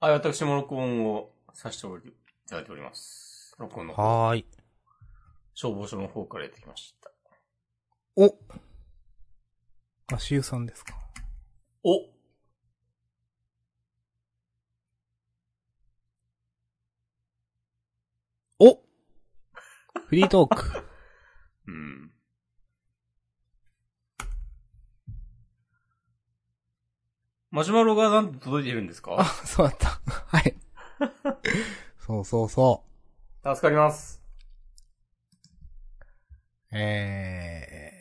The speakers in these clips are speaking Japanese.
はい、私も録音をさせていただいております。録音の方はーい。消防署の方からやってきました。おあ、しゆさんですか。おおフリートーク。うん。マシュマロがなんと届いているんですあか、 そうだった。はい。そうそうそ助かります。う。え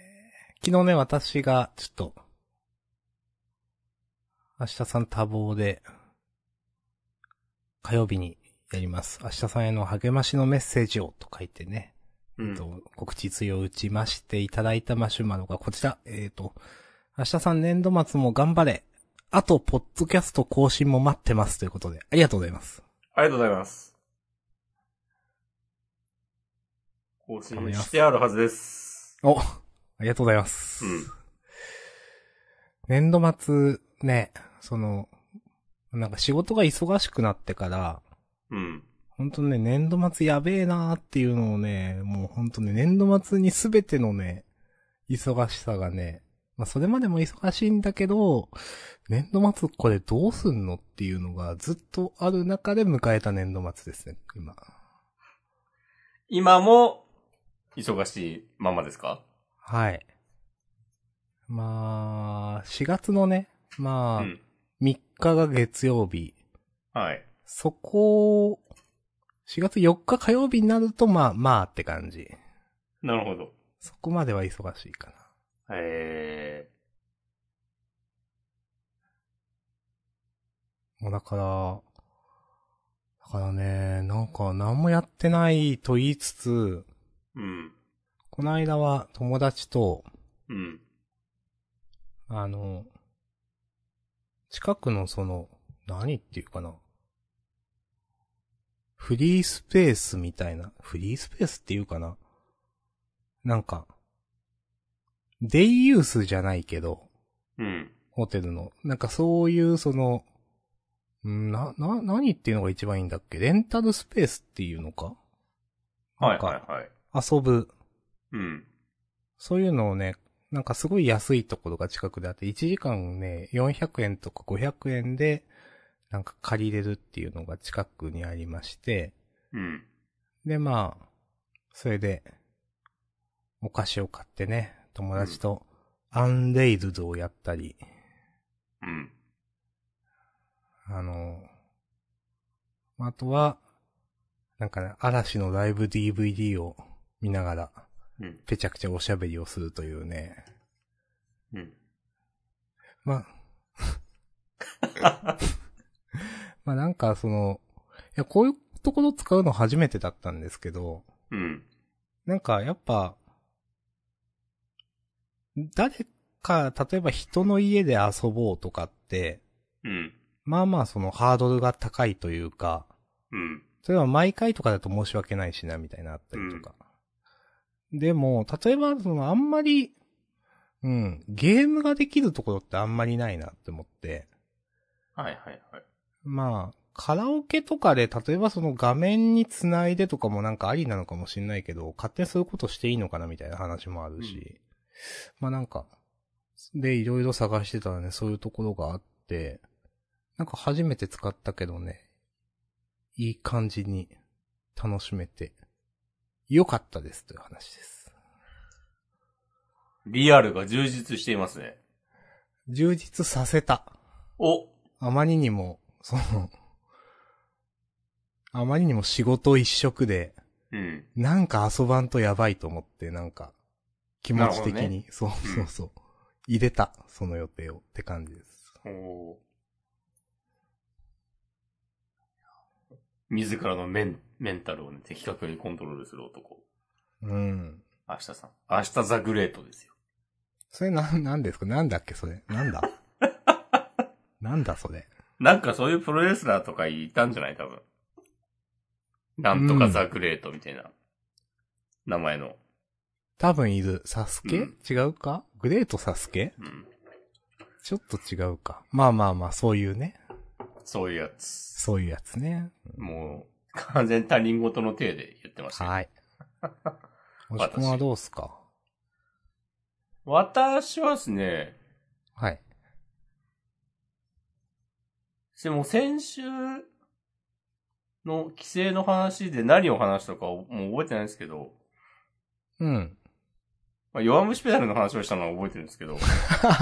ー、昨日ね、私が、ちょっと、明日さん多忙で、火曜日にやります。明日さんへの励ましのメッセージをと書いてね、うん。と、告知通を打ちましていただいたマシュマロがこちら。えっ、と、明日さん年度末も頑張れ。あと、ポッドキャスト更新も待ってますということで、ありがとうございます。ありがとうございます。更新してあるはずです。お、ありがとうございます。うん年度末、ね、その、なんか仕事が忙しくなってから、うん。ほんとね、年度末やべえなーっていうのをね、もうほんとね、年度末にすべてのね、忙しさがね、まあそれまでも忙しいんだけど、年度末これどうすんのっていうのがずっとある中で迎えた年度末ですね、今。今も、忙しいままですかはい。まあ、4月のね、まあ、うん。 3日が月曜日、はい。そこを、4月4日火曜日になると、まあまあって感じ。なるほど。そこまでは忙しいかな。えもうだから、だからね、なんか何もやってないと言いつつ、ー。うん。この間は友達と、うん。あの、近くのその、何っていうかな。フリースペースみたいな、フリースペースっていうかな。なんか、デイユースじゃないけど、うん。ホテルの。なんかそういうその、んな、な、何っていうのが一番いいんだっけレンタルスペースっていうのかはないんはかいはい。遊ぶ。うん。そういうのをね、なんかすごい安いところが近くであって、1時間ね、400円とか500円で、なんか借りれるっていうのが近くにありまして、うん。で、まあ、それで、お菓子を買ってね、友達と、アンレイルズをやったり、うん。あの、あとは、なんかね、嵐のライブ DVD を見ながら、うん。ぺちゃくちゃおしゃべりをするというね。うん。まあ、まあなんかその、いや、こういうところ使うの初めてだったんですけど、うん。なんかやっぱ、誰か、例えば人の家で遊ぼうとかって、うん。まあまあそのハードルが高いというか、うん。例えば毎回とかだと申し訳ないしな、みたいなあったりとか。でも、例えば、そのあんまり、うん、ゲームができるところってあんまりないなって思って、はいはいはい。まあ、カラオケとかで、例えばその画面につないでとかもなんかありなのかもしんないけど、勝手にそういうことしていいのかなみたいな話もあるし、まあなんか、で、いろいろ探してたらね、そういうところがあって、なんか初めて使ったけどね、いい感じに楽しめて、良かったですという話です。リアルが充実していますね。充実させた。おあまりにも、その、あまりにも仕事一色で、うん。なんか遊ばんとやばいと思って、なんか、気持ちなるほ的どに、ねそうそうそう。入れた、その予定をって感じです。おー自らのメン、メンタルをね、的確にコントロールする男。うん。明日さん。明日ザグレートですよ。それなん、なんですかなんだっけそれ。な んだなんだそれ。なんかそういうプロレスラーとかいたんじゃない多分。なんとかザグレートみたいな。名前の。多分いる。サスケ、うん違うかグレートサスケうん。ちょっと違うか。まあまあまあ、そういうね。そういうやつ。そういうやつね。もう、完全他人事の体で言ってましたよ。 はい。おじくんはどうっすか私はですね、はい。でも先週の帰省の話で何を話したかもう覚えてないんですけど、 うん。まあ、弱虫ペダルの話をしたのは覚えてるんですけ ど、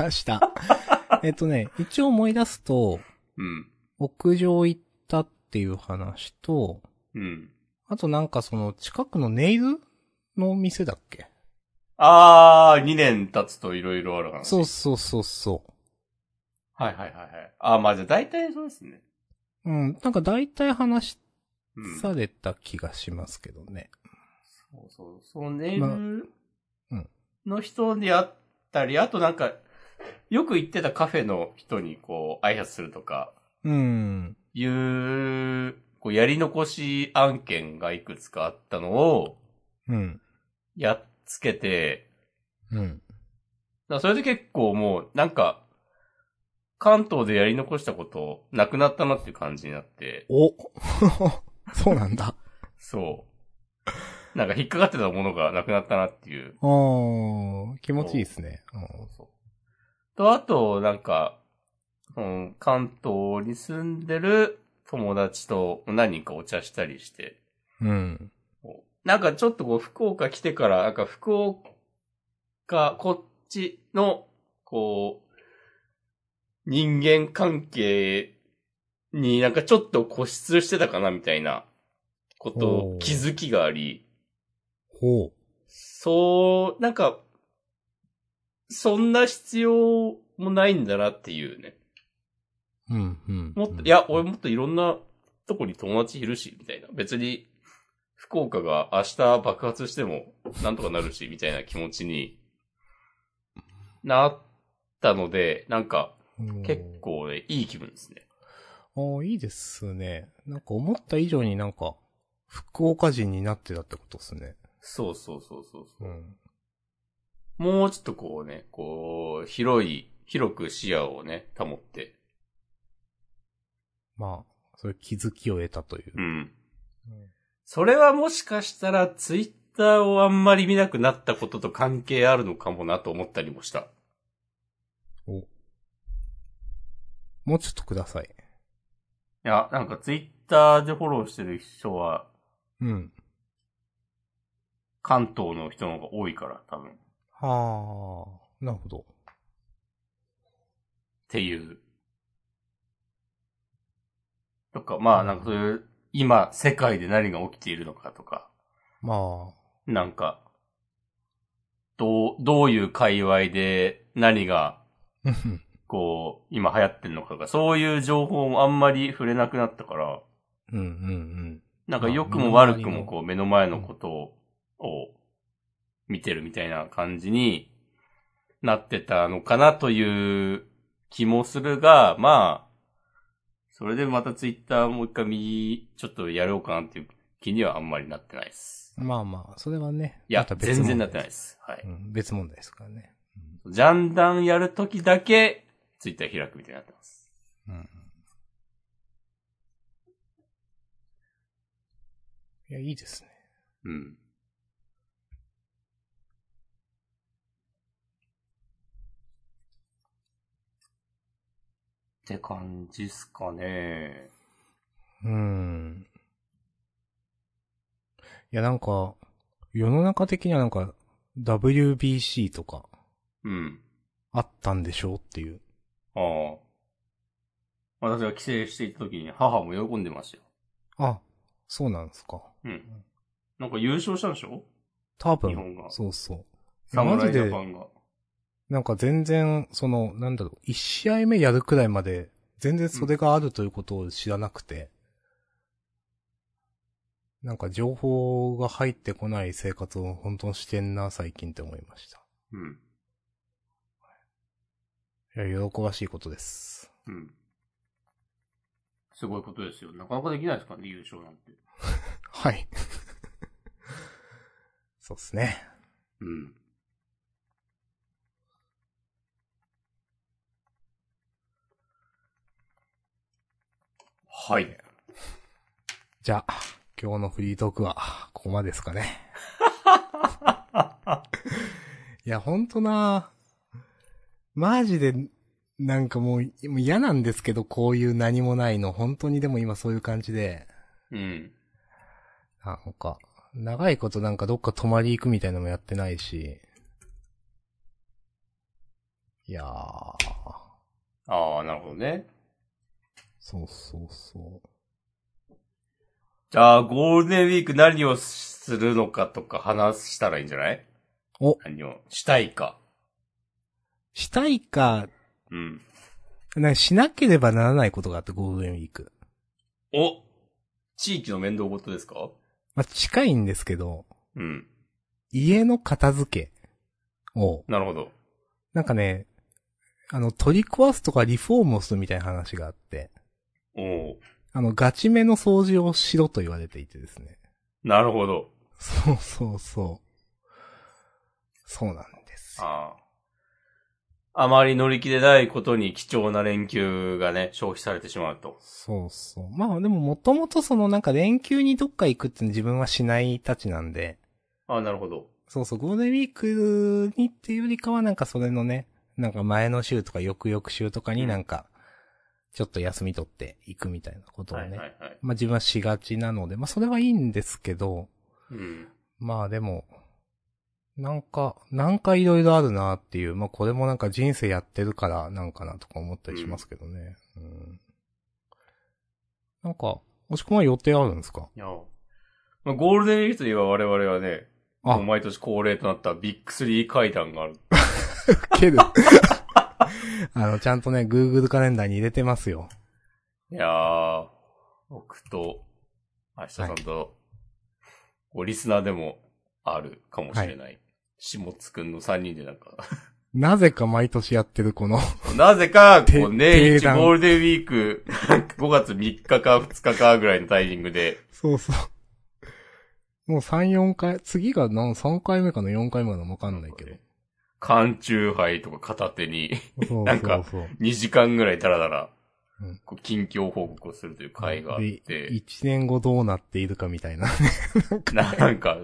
した。えっとね、一応思い出すと、うん、屋上行ったっていう話と、うん。あとなんかその近くのネイルの店だっけあー、2年経つと色々ある話。そうそうそうそはいはいはいはい。あー、まあじゃあ大体そうですね。う。うん、なんか大体話うん。された気がしますけどね。そうそう。そのネイルまあうんの人であったり、あとなんか、よく行ってたカフェの人にこう、挨拶するとか、うん。いう、こう、やり残し案件がいくつかあったのを、うん。やっつけて、うん。だからそれで結構もう、なんか、関東でやり残したこと、なくなったなっていう感じになって、お そうなんだ。そう。なんか引っかかってたものがなくなったなっていうあー、気持ちいいですね。うんそう。と、あと、なんか、その関東に住んでる友達と何人かお茶したりして、うん。こうなんかちょっとこう、福岡来てから、なんか福岡、こっちの、こう、人間関係になんかちょっと固執してたかなみたいなことお、ー気づきがあり、ほう。そう、なんか、そんな必要もないんだなっていうね。うん、うん。もっと、うんいや、俺もっといろんなとこに友達いるし、みたいな。別に、福岡が明日爆発してもなんとかなるし、みたいな気持ちになったので、なんか、結構ね、いい気分ですね。ああ、いいですね。なんか思った以上になんか、福岡人になってたってことですね。そうそうそうそうそうう。ん。もうちょっとこうね、こう、広い、広く視野をね、保って。まあ、そういう気づきを得たというう。ん。それはもしかしたらツイッターをあんまり見なくなったことと関係あるのかもなと思ったりもした。もうちょっとください。いや、なんかツイッターでフォローしてる人はうん。関東の人の方が多いから多分。っはあ、なるほど。ていう。とか、まあなんかそういう、今世界で何が起きているのかとか、まなんか、どう、どういう界隈で何があ、うんこう、今流行ってんのかとか、そういう情報もあんまり触れなくなったから、うんうんなんかまあ良くも身の回り悪くのもこう目の前のことをを見てるみたいな感じになってたのかなという気もするが、まあ、それでまたツイッターもう一回右、ちょっとやろうかなっていう気にはあんまりなってないです。うん。まあまあ、それはね。いやまた、別全然なってない問題で。す。はい。うん、別問題ですからね。ジャンダンやるときだけツイッター開くみたいになってます。うん。いや、いいですね。うん。って感じっすかね。うーん。いや、なんか、世の中的にはなんか、WBC とか、うん。あったんでしょうっていう。ああ。私が帰省していた時に母も喜んでましたよ。あ、そうなんですか。うん。なんか優勝したんでしょ多日本、分がそうそう。いやマジ侍ジでャパンが。なんか全然、その、なんだろう、一試合目やるくらいまで、全然袖があるということを知らなくて、なんか情報が入ってこない生活を本当にしてんな、最近って思いました。うん。いや、喜ばしいことです。うん。すごいことですよ。なかなかできないですからね、優勝なんて。はい。 そうですね。うん。はい。じゃあ、今日のフリートークは、ここまでですかね。いや、ほんとなマジで、なんかもう、もう嫌なんですけど、こういう何もないの。本当にでも今そういう感じで、うん。なんか、長いことなんかどっか泊まり行くみたいのもやってないし。いやー、ああ、なるほどね。そうそうそう。じゃあ、ゴールデンウィーク何をするのかとか話したらいいんじゃないお何をしたいか。したいか、うん。なしなければならないことがあって、ゴールデンウィーク。お地域の面倒事ですかまあ、近いんですけど、うん。家の片付けを、なるほど。なんかね、あの、取り壊すとかリフォームをするみたいな話があって、おうあの、ガチめの掃除をしろと言われていてですね。なるほど。そうそうそう。そうなんです。ああ。あまり乗り気でないことに貴重な連休がね、消費されてしまうと。そうそう。まあでももともとそのなんか連休にどっか行くって自分はしないたちなんで、ああ、なるほど。そうそう、ゴールデンウィークにっていうよりかはなんかそれのね、なんか前の週とか翌々週とかになんか、ちょっと休み取っていくみたいなことをはね、いはいはい。まあ自分はしがちなので、まあそれはいいんですけど、うん。まあでも、なんか、なんかいろいろあるなっていう、まあこれもなんか人生やってるからなんかなとか思ったりしますけどね。うん。なんか、もしくは予定あるんですかいや、まあ、ゴールデンウィークといえば我々はね、あもう、毎年恒例となったビッグスリー会談がある。ける。 あの、ちゃんとね、Google カレンダーに入れてますよ。いやー、僕と、明日さんと、こうリスナーでもあるかもしれない。下津くんの3人でなんか、 なぜか毎年やってるこの、 なぜか、てこう年定一談ゴールデンウィーク、 なんか5月3日か2日かぐらいのタイミングで、そうそう。もう3、4回、次が何、3回目かな、4回目かな、わかんないけど。缶中杯とか片手にそうなんかそうそう。 2時間ぐらいダラダラうん、こう近況報告をするという会があっでて、一年後どうなっているかみたいな。 なんか、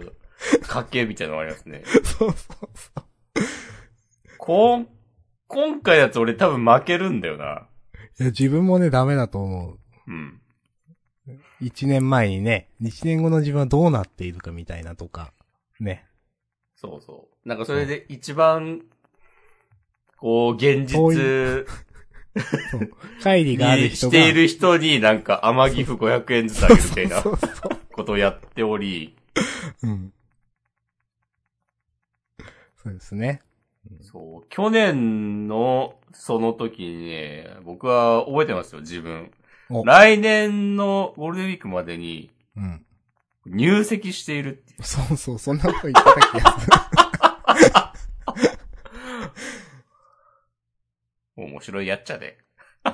賭けみたいなのがありますね。そうそうそう。こん、今回だと俺多分負けるんだよな。いや、自分もね、ダメだと思う。うん。一年前にね、一年後の自分はどうなっているかみたいなとか、ね。そうそう。なんかそれで一番、こう、現実そう。会議があるに人しが。ている人になんか甘ギフ500円ずつあげるみたいなそうそうそことをやっており、う。うん。そうですね。そう、去年のその時にね、僕は覚えてますよ、自分お。来年のゴールデンウィークまでにうん。入籍しているっていうそうそう、そんなこと言ってた気がする。面白いやっちゃで。いや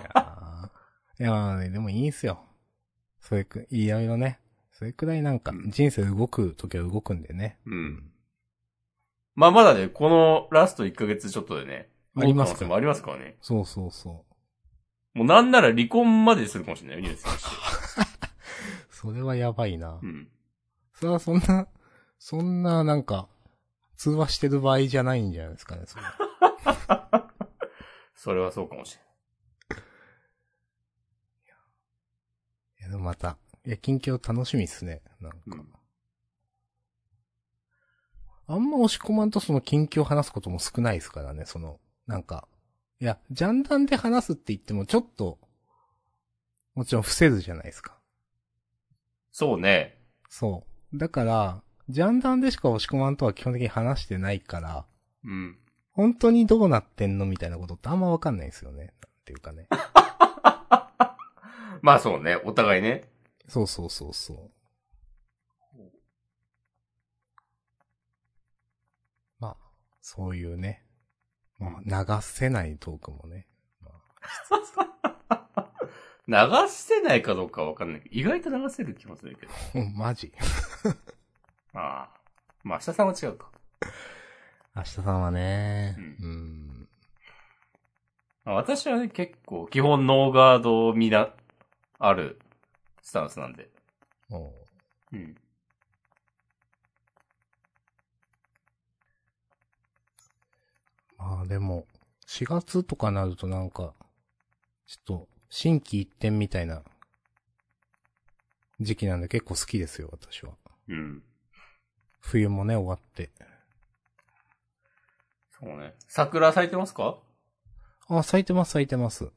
ー、いやーねでもいいんすよ。それく、いろいろね。それくらいなんか、人生動く時は動くんでね。うん。まあまだね、このラスト1ヶ月ちょっとでね。ありま可す能性かもありますからね。そうそうそう。もうなんなら離婚までするかもしれないよ、ニュースにして。それはやばいなう。ん。それはそんな、そんななんか、通話してる場合じゃないんじゃないですかね、そ れそれはそうかもしいや、でもまた、いや、近況楽しみっすね、なんか。れない。うんあんま押し込まんとその近況話すことも少ないですからね、その、なんか。いや、ジャンダンで話すって言ってもちょっと、もちろん伏せるじゃないですか。そうね。そう。だから、ジャンダンでしか押し込まんとは基本的に話してないから、うん。本当にどうなってんのみたいなことってあんまわかんないんですよね。なんていうかね。まあそうね、お互いね。 そうそうそうそう。まあ、そういうね。まあ、流せないトークもね。 流せないかどうかはわかんないけど、意外と流せる気もするけど。うんマジ。ああ。まあ明日さんは違うか。明日さんはね、ううん。まあ私はね、結構、基本ノーガードみな、あるスタンスなんで。おううん。まあでも、4月とかなるとなんか、ちょっと、新規一点みたいな、時期なんで結構好きですよ、私は。うん。冬もね、終わって。そうね。桜咲いてますかあ、咲いてます、咲いてます。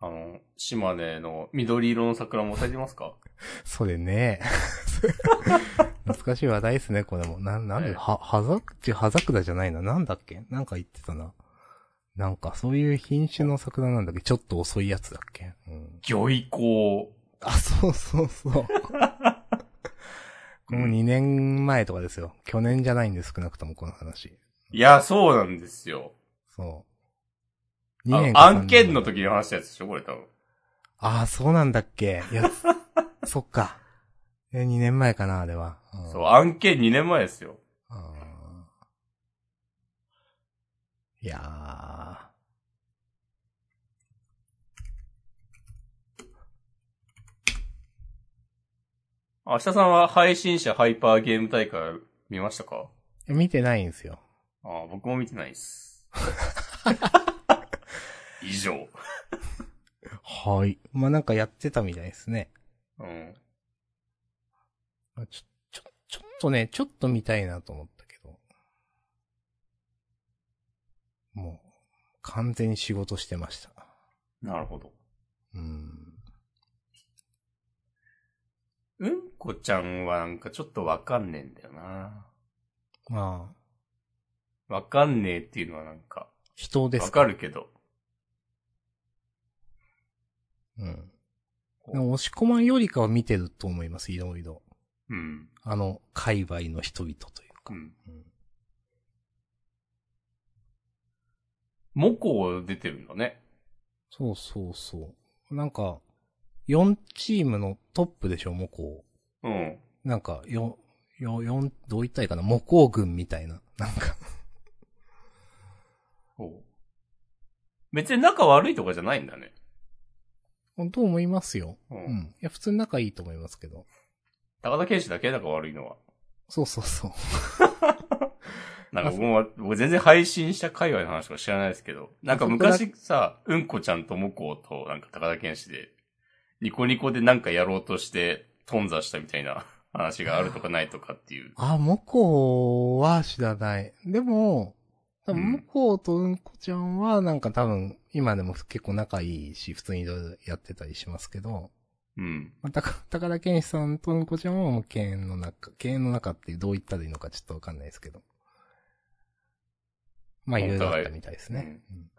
あの、島根の緑色の桜も咲いてますか それね。 懐かしい話題ですね、これも。な、なんええで、は、はざくち、はざくだじゃないな。なんだっけなんか言ってたな。なんか、そういう品種の桜なんだっけちょっと遅いやつだっけうん。魚意向。あ、そうそう そう。もう2年前とかですよ。去年じゃないんです、少なくともこの話。いや、そうなんですよ。そう。あ2年のか三案年件の時に話したやつでしょこれ多分。ああ、そうなんだっけ いや、そっか。え、2年前かな、あれは。んそう、案件2年前ですよ。あーいやー。明日さんは配信者ハイパーゲーム大会見ましたか見てないんですよ。ああ、僕も見てない です。以上。はい。まあ、なんかやってたみたいですね。うん。まあちょ、ちょ、ちょっとね、ちょっと見たいなと思ったけど。もう、完全に仕事してました。なるほど。うん。うんこちゃんはなんかちょっとわかんねえんだよな。まあ、わかんねえっていうのはなんか、人ですわかるけど。うん。でも押し込まんよりかは見てると思います、いろいろ。うん。あの、界隈の人々といううか。んうん。モコ出てるんだね。そうそうそう。なんか、4チームのトップでしょ、もこうん。う。なんか、よ、よ、よん、どう言ったらいいかな、モコう軍みたいな。なんか、そう別に仲悪いとかじゃないんだね。と思いますよ。う。うんん。いや、普通に仲いいと思いますけど。高田圭司だけ仲悪いのは。そうそうそう。なんか僕も、僕全然配信した界隈の話とか知らないですけど、なんか昔さ、うんこちゃんともこと、なんか高田健志で、ニコニコでなんかやろうとして、頓挫したみたいな話があるとかないとかっていう。あ、モコは知らない。でも、多うん分モコとうんこちゃんはなんか多分、今でも結構仲いいし、普通にいろいろやってたりしますけど、うん。まあ、たか、 高田健志さんとうんこちゃんはもう犬猿の中、犬猿の中ってどう言ったらいいのかちょっとわかんないですけど。まあ、いろいろあったみたいですね。うん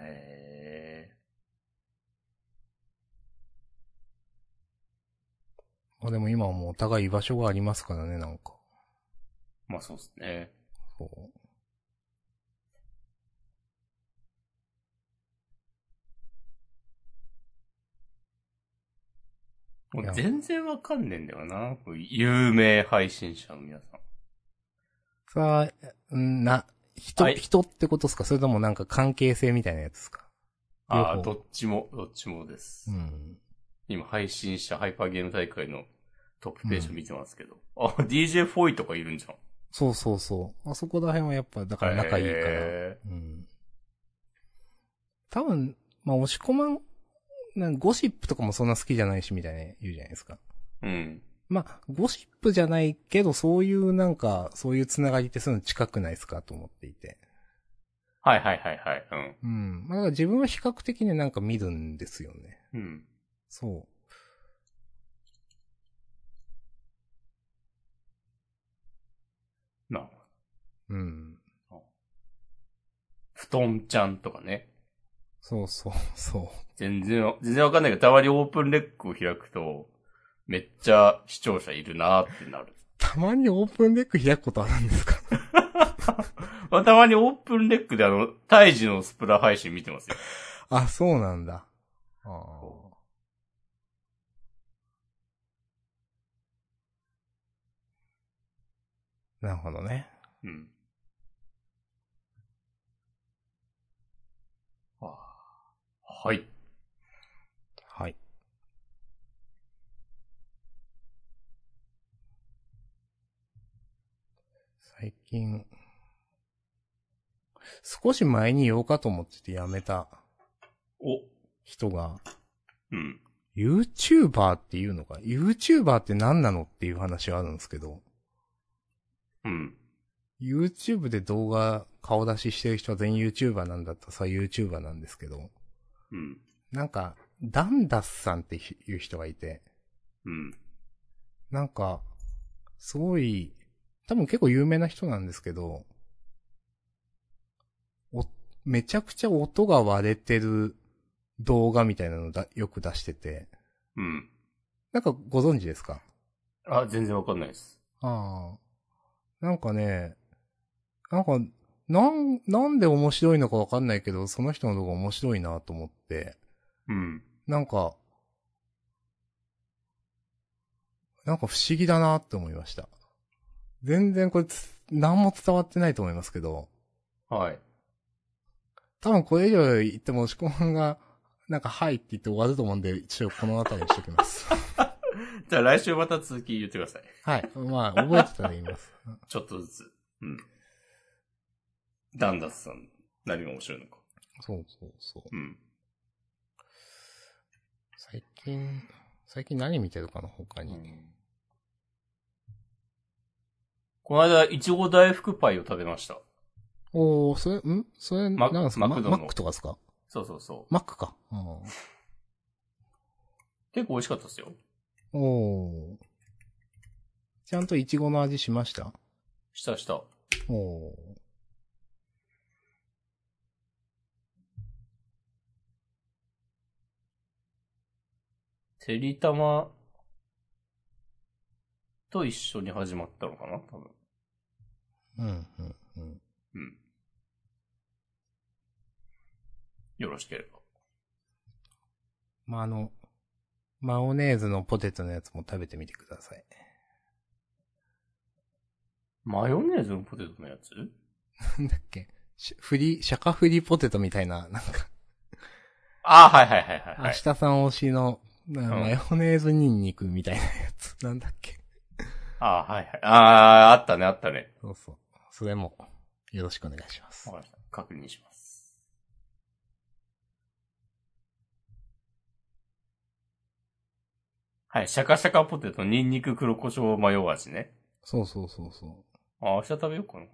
へまあ、でも今はもうお互い居場所がありますからね、なんか。ー。まあそうですね。そうもいうや全然わかんねえんだよな。こう有名配信者の皆さん。さあ、んな、人、はい人ってことですかそれともなんか関係性みたいなやつですかああ、両方どっちも、どっちもです。うん。今、配信者ハイパーゲーム大会のトップページを見てますけど。あ、DJ フォイとかいるんじゃん。そうそうそう。あそこら辺はやっぱ、だから仲いいから。へうん。多分、まあ、押し込まん、なんゴシップとかもそんな好きじゃないし、みたいな言うじゃないですか。ーうん。まあ、ゴシップじゃないけど、そういうなんか、そういうつながりってそういうの近くないですかと思っていて。はいはいはいはい。うん。うん。まあ、だから自分は比較的ね、なんか見るんですよね。うん。そう。なるほどうん。布団ちゃんとかね。そうそうそ全然、全然わかんないけど、たまにオープンレックを開くと、めっちゃ視聴者いるなーってな る。う。たまにオープンデック開くことあるんですかまあ、たまにオープンレックであの、胎児のスプラ配信見てますよ。あ、そうなんだ。ああ。なるほどね。うん。あーはい。はい。最近、少し前に言おうかと思っててやめたお、人が、うん。 YouTuber っていうのか ?YouTuber って何なのっていう話はあるんですけど、うん。 YouTube で動画顔出ししてる人は全 YouTuber なんだったらさ、YouTuber なんですけど、うん。なんか、ダンダスさんっていう人がいて、うん。なんか、すごい、多分結構有名な人なんですけど、お、めちゃくちゃ音が割れてる動画みたいなのだ、よく出してて、うん。なんかご存知ですかあ、全然わかんないです。ああ。なんかね、なんか、なん、なんで面白いのかわかんないけど、その人の動画面白いなと思って、うん。なんか、なんか不思議だなって思いました。全然これつ、何も伝わってないと思いますけど、はい。多分これ以上言っても押し込みが、なんかはいって言って終わると思うんで、一応この辺りにしと きます。じゃあ来週また続き言ってください。はい。まあ、覚えてたら言います。ちょっとずつ。うん。ダンダスさん、何が面白いのか。そうそうそうう。ん。最近、最近何見てるかな、他に。この間、いちご大福パイを食べました。おー、それ、んそれ、マなんですかマクドマのマックとかですかそうそうそう。マックか。うん結構美味しかったですよ。おー。ちゃんとイチゴの味しましたしたした。おお。てりたまと一緒に始まったのかな多分。うん、うん、うん。うん。よろしければ。まあ、あの、マヨネーズのポテトのやつも食べてみてください。 マヨネーズのポテトのやつなんだっけしフリ、シャカフリポテトみたいな、なんか、ああ、はいはいはいはい、は明い日。さん推しの、なマヨネーズニンニクみたいなやつ。なんだっけああ、はいはい。ああ、あったね、あったね。そうそう。それも、よろしくお願いしますわ。かりました。確認します。はい、シャカシャカポテト、ニンニク黒胡椒マヨ味ね。そうそうそうそああ、明日食べようかな。う。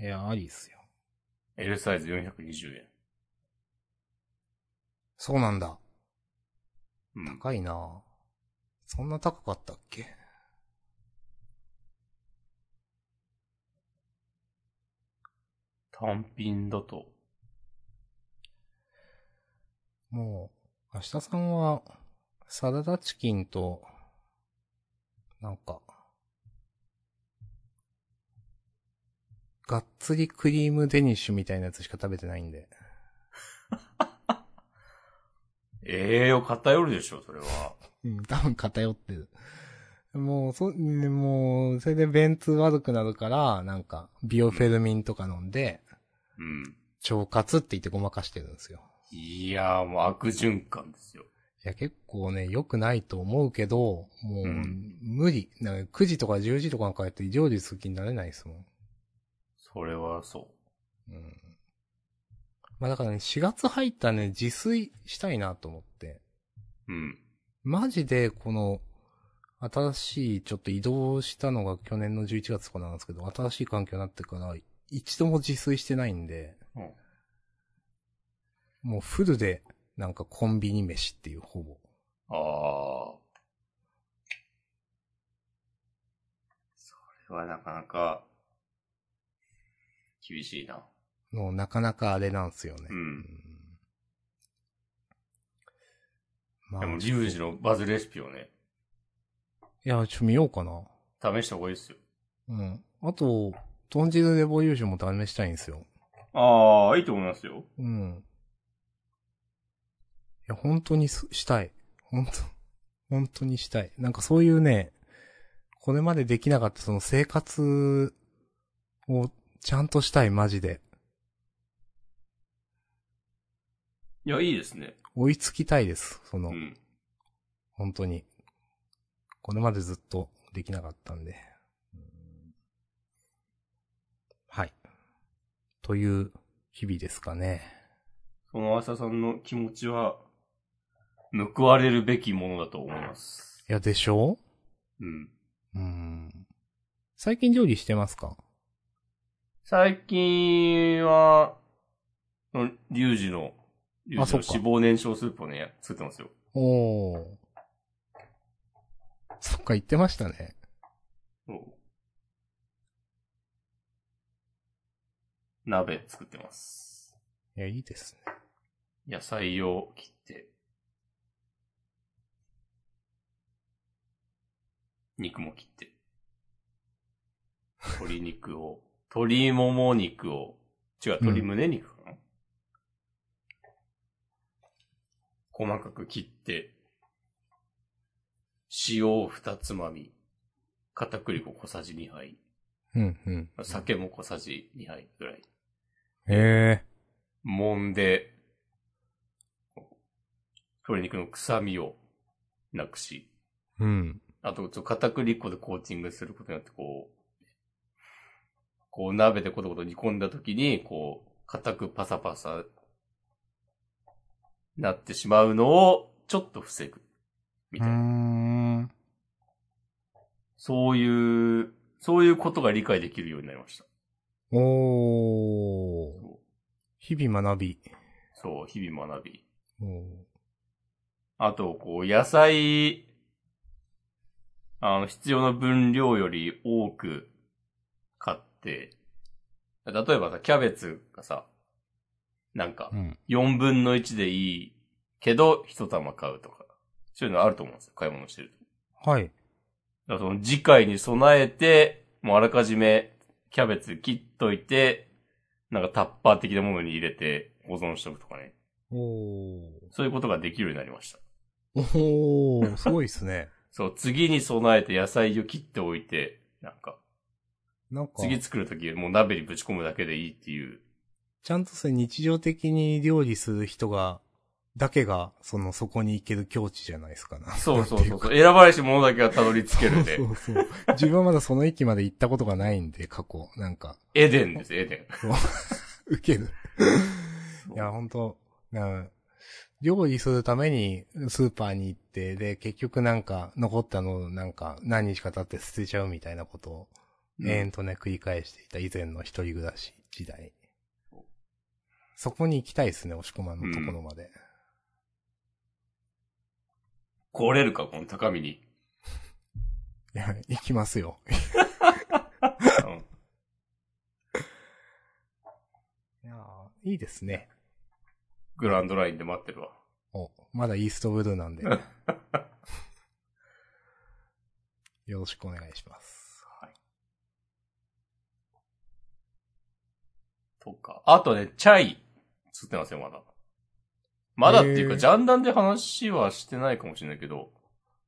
いや、ありっすよ。 L サイズ420円。そうなんだ。うん。高いなぁそんな高かったっけ単品だと。もう、明日さんは、サラダチキンと、なんか、がっつりクリームデニッシュみたいなやつしか食べてないんで。ええー、偏るでしょ、それは。うん、多分偏ってる。もう、そ、ねもう、それで便通悪くなるから、なんか、ビオフェルミンとか飲んで、うん。腸活って言ってごまかしてるんですよ。いやー、もう悪循環ですよ。いや、結構ね、良くないと思うけど、もう、うん無理。なんか9時とか10時とかに帰って常時好きになれないですもん。それはそうん。まあだからね、4月入ったらね、自炊したいなと思って。う。うん。マジで、この、新しい、ちょっと移動したのが去年の11月とかなんですけど、新しい環境になってから、一度も自炊してないんで、うんもうフルで、なんかコンビニ飯っていう、ほぼ。ああ。それはなかなか、厳しいな。もうなかなかあれなんですよね。う。うんんまあ、でも、ちリょュっウとジのバズレシピをね、いや、ちょ、見ようかな。試した方がいいですよ。うん。あと、豚汁レボリューションも試したいんですよ。ああ、いいと思いますよ。うん。いや、本当にすしたい。本当本当にしたい。なんかそういうね、これまでできなかったその生活をちゃんとしたい、マジで。いや、いいですね。追いつきたいです。その、うん。本当に。これまでずっとできなかったんで。という日々ですかね。その朝さんの気持ちは、報われるべきものだと思います。いや、でしょうん。ううん。最近料理してますか最近は、そのリュウジの、リュウあジそっのか脂肪燃焼スープをね、作ってますよ。おー。そっか、言ってましたね。そう鍋作ってます。いや、いいですね。野菜を切って、肉も切って、鶏肉を、 鶏もも肉を、違う、鶏胸肉かな、細かく切って、塩を二つまみ、片栗粉小さじ2杯、うん、うん。酒も小さじ2杯ぐらいええ揉んで、鶏肉の臭みをなくし、うん。あと、ちょっと片栗粉でコーティングすることによって、こう、こう鍋でコトコト煮込んだ時に、こう、固くパサパサなってしまうのを、ちょっと防ぐ。みうーたいな。ん。そういう、そういうことが理解できるようになりました。おー。日々学び。そう、日々学び。おーあと、こう、野菜、あの、必要な分量より多く買って、例えばさ、キャベツがさ、なんかう、ん。 4分の1でいいけど、1玉買うとか、そういうのあると思うんですよ、買い物してると。はい。だからその次回に備えて、もうあらかじめキャベツ切っといて、なんかタッパー的なものに入れて保存しておくとかね。おー。そういうことができるようになりました。お ー、すごいですね。そう、次に備えて野菜を切っておいて、なんか、なんか、次作るときもう鍋にぶち込むだけでいいっていう。ちゃんとそれ日常的に料理する人が、だけが、その、そこに行ける境地じゃないですかな。そうそうそう。なそうんてい選ばれし者だけがたどり着けうるか。でそ。うそう自分はまだその域まで行ったことがないんで、過去。なんか、エデンです、エデ受ける。ン。いや、ほんと、な料理するためにスーパーに行って、で、結局なんか残ったのをなんか何日か経って捨てちゃうみたいなことうを、ん延々とね、繰り返していた以前の一人暮らし時代。そこに行きたいですね、押し込まんのところまで。来れるか、この高みに。いや、行きますよ。うんいやーいいですね。グランドラインで待ってるわ。お、まだイーストブルー なんで。よろしくお願いします。とか。あとね、チャイ作ってますよ、まだ。まだっていうへーか、ジャンダンで話はしてないかもしれないけど、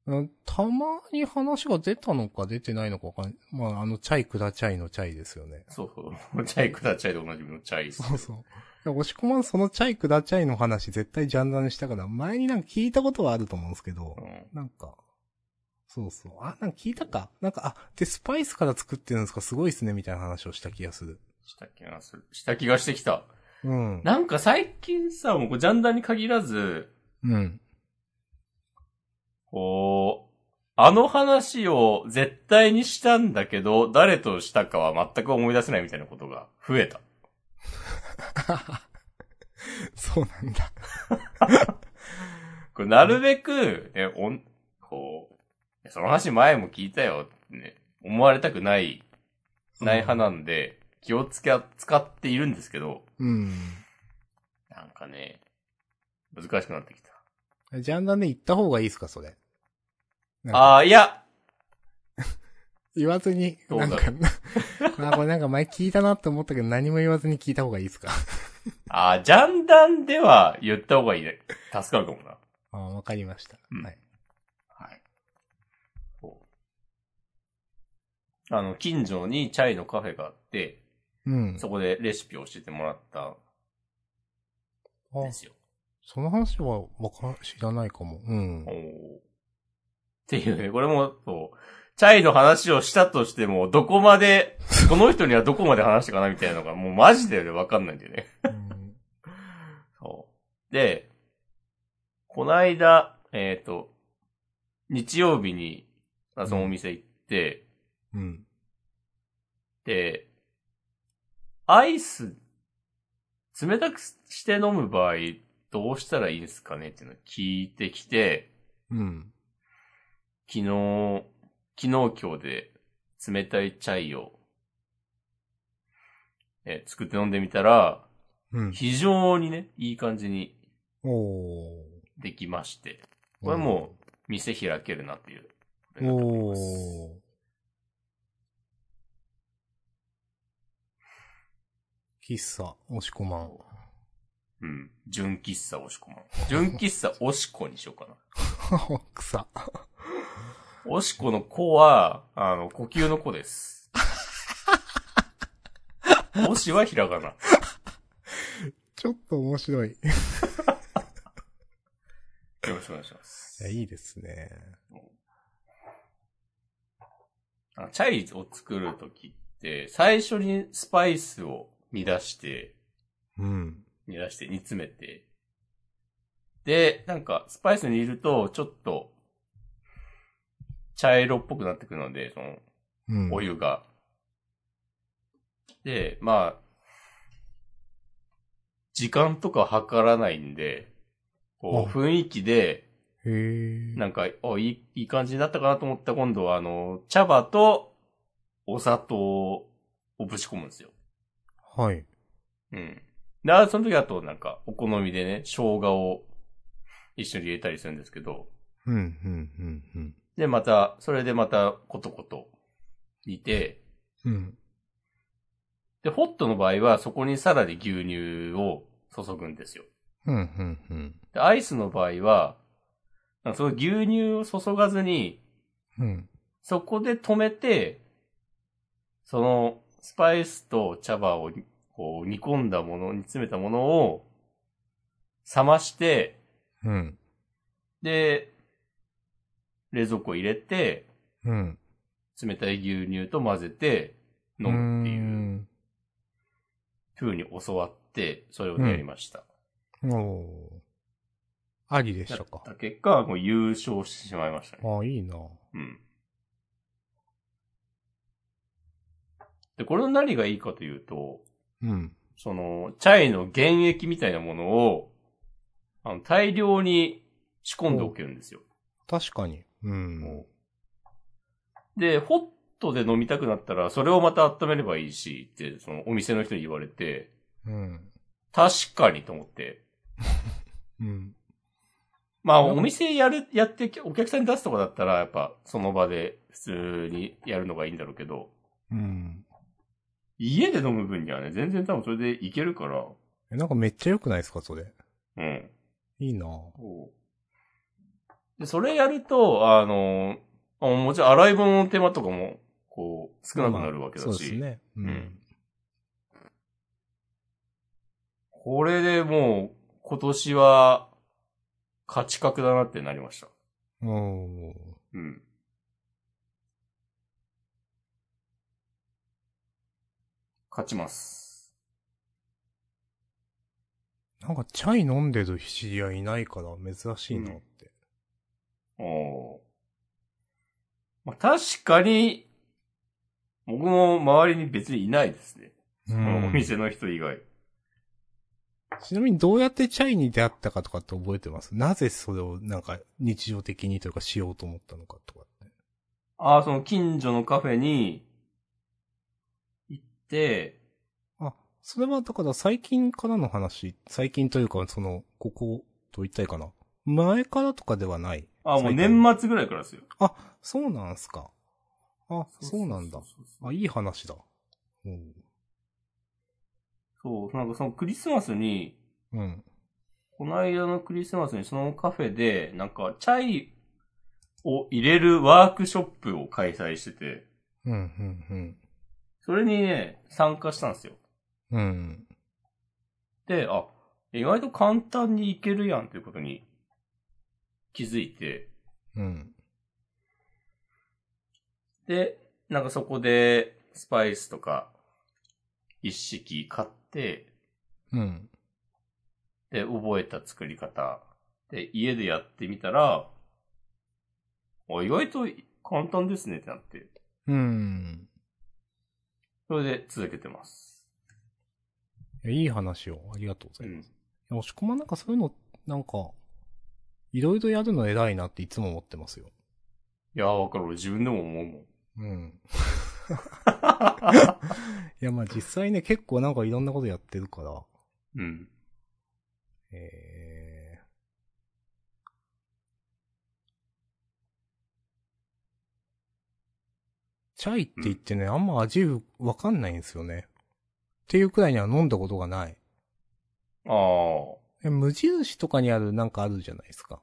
うんたまに話が出たのか出てないのかわかんない。まあ、あの、チャイくだチャイのチャイですよね。そうそう。チャイくだチャイでおなじみのチャイですそうそう。いや押し込まんそのチャイくだチャイの話絶対ジャンダンしたから、前になんか聞いたことはあると思うんですけど、うんなんか、そうそう。あ、なんか聞いたか。なんか、あ、で、スパイスから作ってるんですかすごいっすね、みたいな話をした気がする。した気がする。した気がしてきた。うん。なんか最近さ、もうこうジャンダンに限らず、うん。こう、あの話を絶対にしたんだけど、誰としたかは全く思い出せないみたいなことが増えた。 そうなんだ。これなるべく、ね、おん、こう、その話前も聞いたよってね、思われたくない、ない派なんで、気をつけ、使っているんですけど、うん。なんかね、難しくなってきた。ジャンダンで行った方がいいですかそれ。なんかああ、いや、言わずに、どうなだんろか、 あ、これなんか前聞いたなって思ったけど何も言わずに聞いた方がいいですかああ、ジャンダンでは言った方がいいね。助かるかもな。あわかりました。うんはい。はい。そうあの、近所にチャイのカフェがあって、うん。そこでレシピを教えてもらったんあですよ。その話はわか、知らないかも。うんお。ーっていうね、これも、そう、チャイの話をしたとしても、どこま で、この人にはどこまで話したかなみたいなのが、もうマジでねわかんないんだよね。うんそう。で、こないだ、えっ、と、日曜日に、あそのお店行って、うん。で、アイス、冷たくして飲む場合、どうしたらいいんすかねっていうのを聞いてきて、うん。昨日、昨日今日で冷たいチャイを、えー作って飲んでみたら、うん。非常にね、いい感じにおー。できまして、これもう店開けるなっていう。うん、おー。喫茶、押し込まん。 うん。純喫茶おしこまん。純喫茶おしこにしようかな。草。おしこの子は、あの、呼吸の子です。おしはひらがな。ちょっと面白い。いよろしくお願いしますや、。いいですね。あチャイを作るときって、最初にスパイスを煮出して、うん。煮出して煮詰めて、で、なんか、スパイス煮ると、ちょっと、茶色っぽくなってくるので、その、うん。お湯が。で、まあ、時間とか測らないんで、こう、う雰囲気で、へー。なんか、おいい、いい感じになったかなと思ったら今度は、あの、茶葉とお砂糖をぶち込むんですよ。はい。うん。で、あその時あと、なんか、お好みでね、生姜を一緒に入れたりするんですけど、うん、うん、うん、で、また、それでまた、コトコト煮て、うん。うん。で、ホットの場合は、そこにさらに牛乳を注ぐんですよ。うん、うん、うん。で、アイスの場合は、なんかその牛乳を注がずに、うん。そこで止めて、その、スパイスと茶葉をにこう煮込んだもの、煮詰めたものを、冷まして、うん。で、冷蔵庫入れて、うん。冷たい牛乳と混ぜて、飲むっていう風に教わって、それをやりました。うーん。おー。ありでしやたっか。た結果、もう優勝してしまいましたね。ああ、いいなうん。で、これの何がいいかというと、うん。その、チャイの原液みたいなものを、あの、大量に仕込んでおけるんですよ。確かに。うんも。うで、ホットで飲みたくなったら、それをまた温めればいいし、って、その、お店の人に言われて、うん。確かにと思って。うん。まあ、うんお店やる、やって、お客さんに出すとかだったら、やっぱ、その場で普通にやるのがいいんだろうけど、うん。家で飲む分にはね、全然多分それでいけるから、え、なんかめっちゃ良くないですか、それ。うん。いいなで、それやると、あの、あもちろん洗い物の手間とかも、こう、少なくなるわけだし、そうですね。ううんん。これでもう、今年は、価値格だなってなりました。おー。うん。勝ちます。なんかチャイ飲んでる知り合いいないから珍しいなって。おーまあ、確かに、僕も周りに別にいないですね。うこのおん。店の人以外。ちなみにどうやってチャイに出会ったかとかって覚えてますなぜそれをなんか日常的にというかしようと思ったのかとかって。ああ、その近所のカフェに行って、あ、それはだから最近からの話、最近というかその、ここ、と言ったいかな。前からとかではない。ああ、もう最近年末ぐらいからですよ。あ、そうなんすか。あ、そうなんだ。あ、いい話だ。うん。そう、なんかそのクリスマスに、うん。この間のクリスマスにそのカフェで、なんかチャイを入れるワークショップを開催してて、うん、うん、それにね、参加したんですよ。うん。うん。で、あ、意外と簡単に行けるやんということに気づいて、うん。で、なんかそこで、スパイスとか、一式買って、うん。で、覚えた作り方。で、家でやってみたら、あ意外と簡単ですねってなって。うん。それで続けてます。いやいい話を、ありがとううございます。ん。いや押し込まんなんかそういうの、なんか、いろいろやるの偉いなっていつも思ってますよ。いやー、わかる。俺自分でも思うもん。うん。 いや、まあ実際ね、結構なんかいろんなことやってるから、うん。えー、チャイって言ってね、あんま味わかんないんですよね。っていうくらいには飲んだことがない。ああ。え無印とかにあるなんかあるじゃないですか。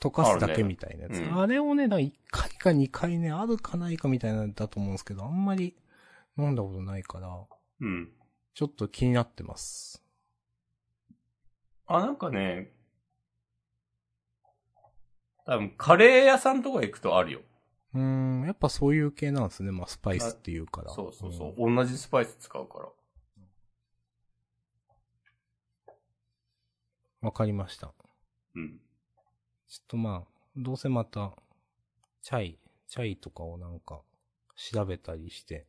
溶かすだけみたいなやつ。あ,、あるねうんれをね、なんか1回か2回ね、あるかないかみたいなのだと思うんですけど、あんまり飲んだことないから、うん。ちょっと気になってます。あ、なんかね、多分カレー屋さんとか行くとあるよ。うーん、やっぱそういう系なんですね。まあ、スパイスっていうから。そうそうそう。ん同じスパイス使うから。わかりました。うん。ちょっとまあ、どうせまた、チャイ、チャイとかをなんか、調べたりして。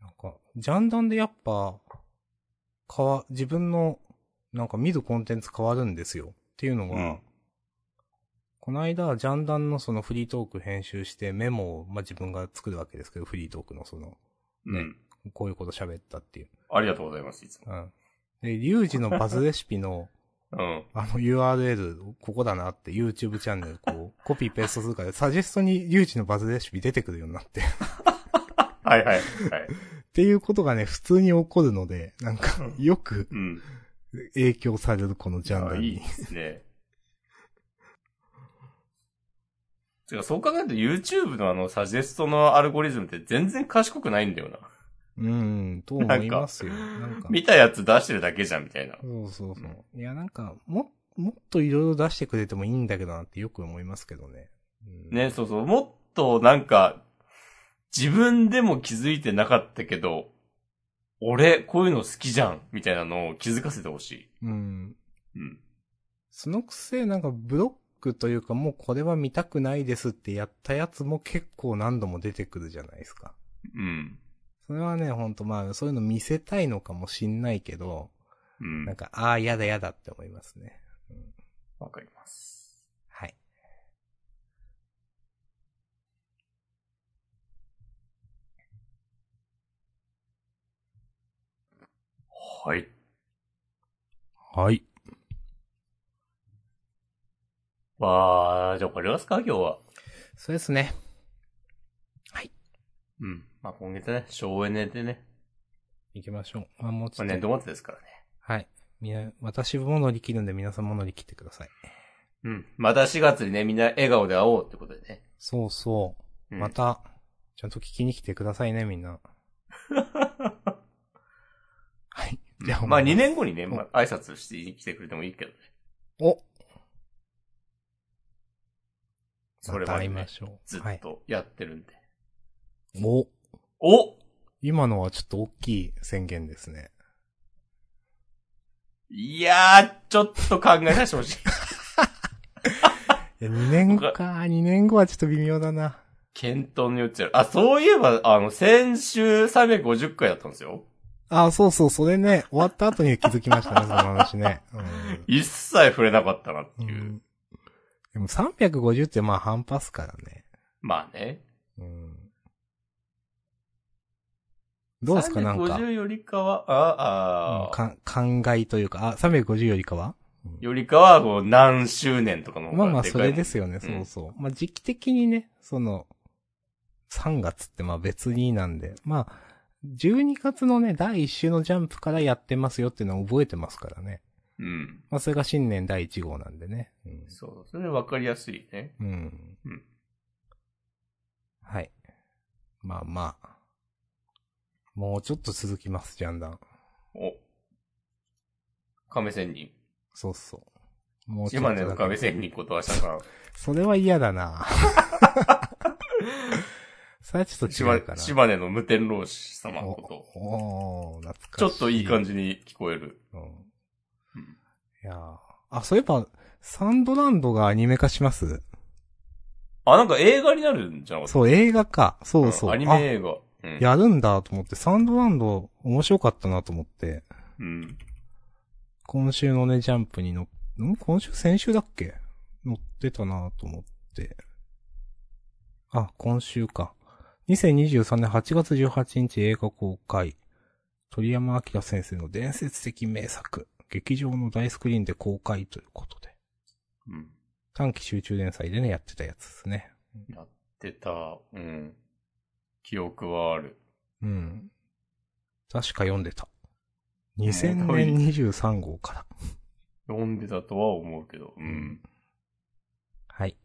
なんか、ジャンダンでやっぱ、変わ、自分の、なんか見るコンテンツ変わるんですよ。っていうのが、うん。この間、ジャンダンのそのフリートーク編集してメモを、まあ自分が作るわけですけど、フリートークのその、うねん。こういうこと喋ったっていう。ありがとうございます、いつも。うん。で、リュウジのバズレシピの、 うん。あの URL、ここだなって YouTube チャンネル、こう、コピーペーストするから、 サジェストにリュウジのバズレシピ出てくるようになって。っ はいはい。はい。ていうことがね、普通に起こるので、な んか、よく うん。影響される、このジャンあダルいいにで。すね。てか、そう考えると YouTube のあの、サジェストのアルゴリズムって全然賢くないんだよな。うん、と思いますよ。なんか。見たやつ出してるだけじゃん、みたいな。そうそうそう。いや、なんか、も、もっといろいろ出してくれてもいいんだけどなってよく思いますけどね。うんね、。そうそう。もっとなんか、自分でも気づいてなかったけど、俺、こういうの好きじゃん、みたいなのを気づかせてほしい。うん。うん。そのくせ、なんかブロックというか、もうこれは見たくないですってやったやつも結構何度も出てくるじゃないですか。うん。それはね、ほんとまあ、そういうの見せたいのかもしんないけど、うんなん。か、ああ、やだやだって思いますね。わかります。はい。はい。はい。わー、じゃあこれですか、今日は。そうですね。うん。まあ今月ね、省エネでね。行きましょう。まあ、もうちまょあっ年と。度末ですからね。はい。みな、私も乗り切るんで皆さんも乗り切ってください。うん。また4月にね、みんな笑顔で会おうってことでね。そうそうう。んまた、ちゃんと聞きに来てくださいね、み んな。はい。じゃあ、まあ2年後にね、まあ、挨拶して来てくれてもいいけどね。おそれままたで会いねましょう。ずはっい。とやってるんで。おお今のはちょっと大きい宣言ですね。いやー、ちょっと考えさせてほしい。いや、2年後か。2年後はちょっと微妙だな。検討によっちゃう。あ、そういえば、あの、先週350回だったんですよ。あ、そうそう、それね、終わった後に気づきましたね、 その話ね。一切触れなかったなってうん。ういう。ん、でも350ってまあ半端っすからね。まあね。うん。どうですか、なんか。 350よりかは、あうんあー、か感慨というか、あ、350よりかはよりかは、こう、何周年とかの方がまあまあ、でそかいれもんですよね、そうそう。まあ、時期的にね、その、3月ってまあ別になんで、まあ、12月のね、第1週のジャンプからやってますよっていうのは覚えてますからね。うん。まあ、それが新年第1号なんでね。うんそう。それ分かりやすいね。うん。うんはい。まあまあ。もうちょっと続きます、ジャンダン。お。亀仙人。そうそう。もうちょっ島とだけ根の壁線に断したのかそれは嫌 だなそれはちょっな。と違島うかな。島根の無天老師様のこと。おお懐かしい。ちょっといい感じに聞こえる。うん。うんいやーあ、そういえば、サンドランドがアニメ化しますあ、なんか映画になるんじゃなかったそう、映画か。そうそう。アニあメ映画。うん。やるんだと思って、サンドランド面白かったなと思って、うん。今週のね、ジャンプにのん今週先週だっけ乗ってたなと思って。あ、今週か。2023年8月18日映画公開。鳥山明先生の伝説的名作。劇場の大スクリーンで公開ということで。うん。短期集中連載でね、やってたやつですね。やってた。うん。記憶はある。うん。確か読んでた。ん2000年23号から。読んでたとは思うけど。うん。はい。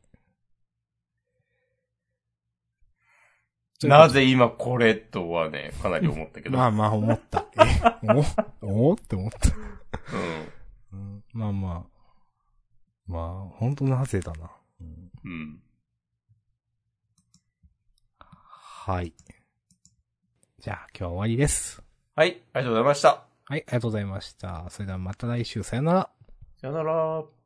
なぜ今これとはね、かなり思ったけど。まあまあ思った。え、おおって思った。うんまあまあ。まあ、ほんとなぜだな。うんうん。うん。はい。じゃあ今日は終わりです。はい。ありがとうございました。はい、ありがとうございました。それではまた来週、さよなら。さよなら。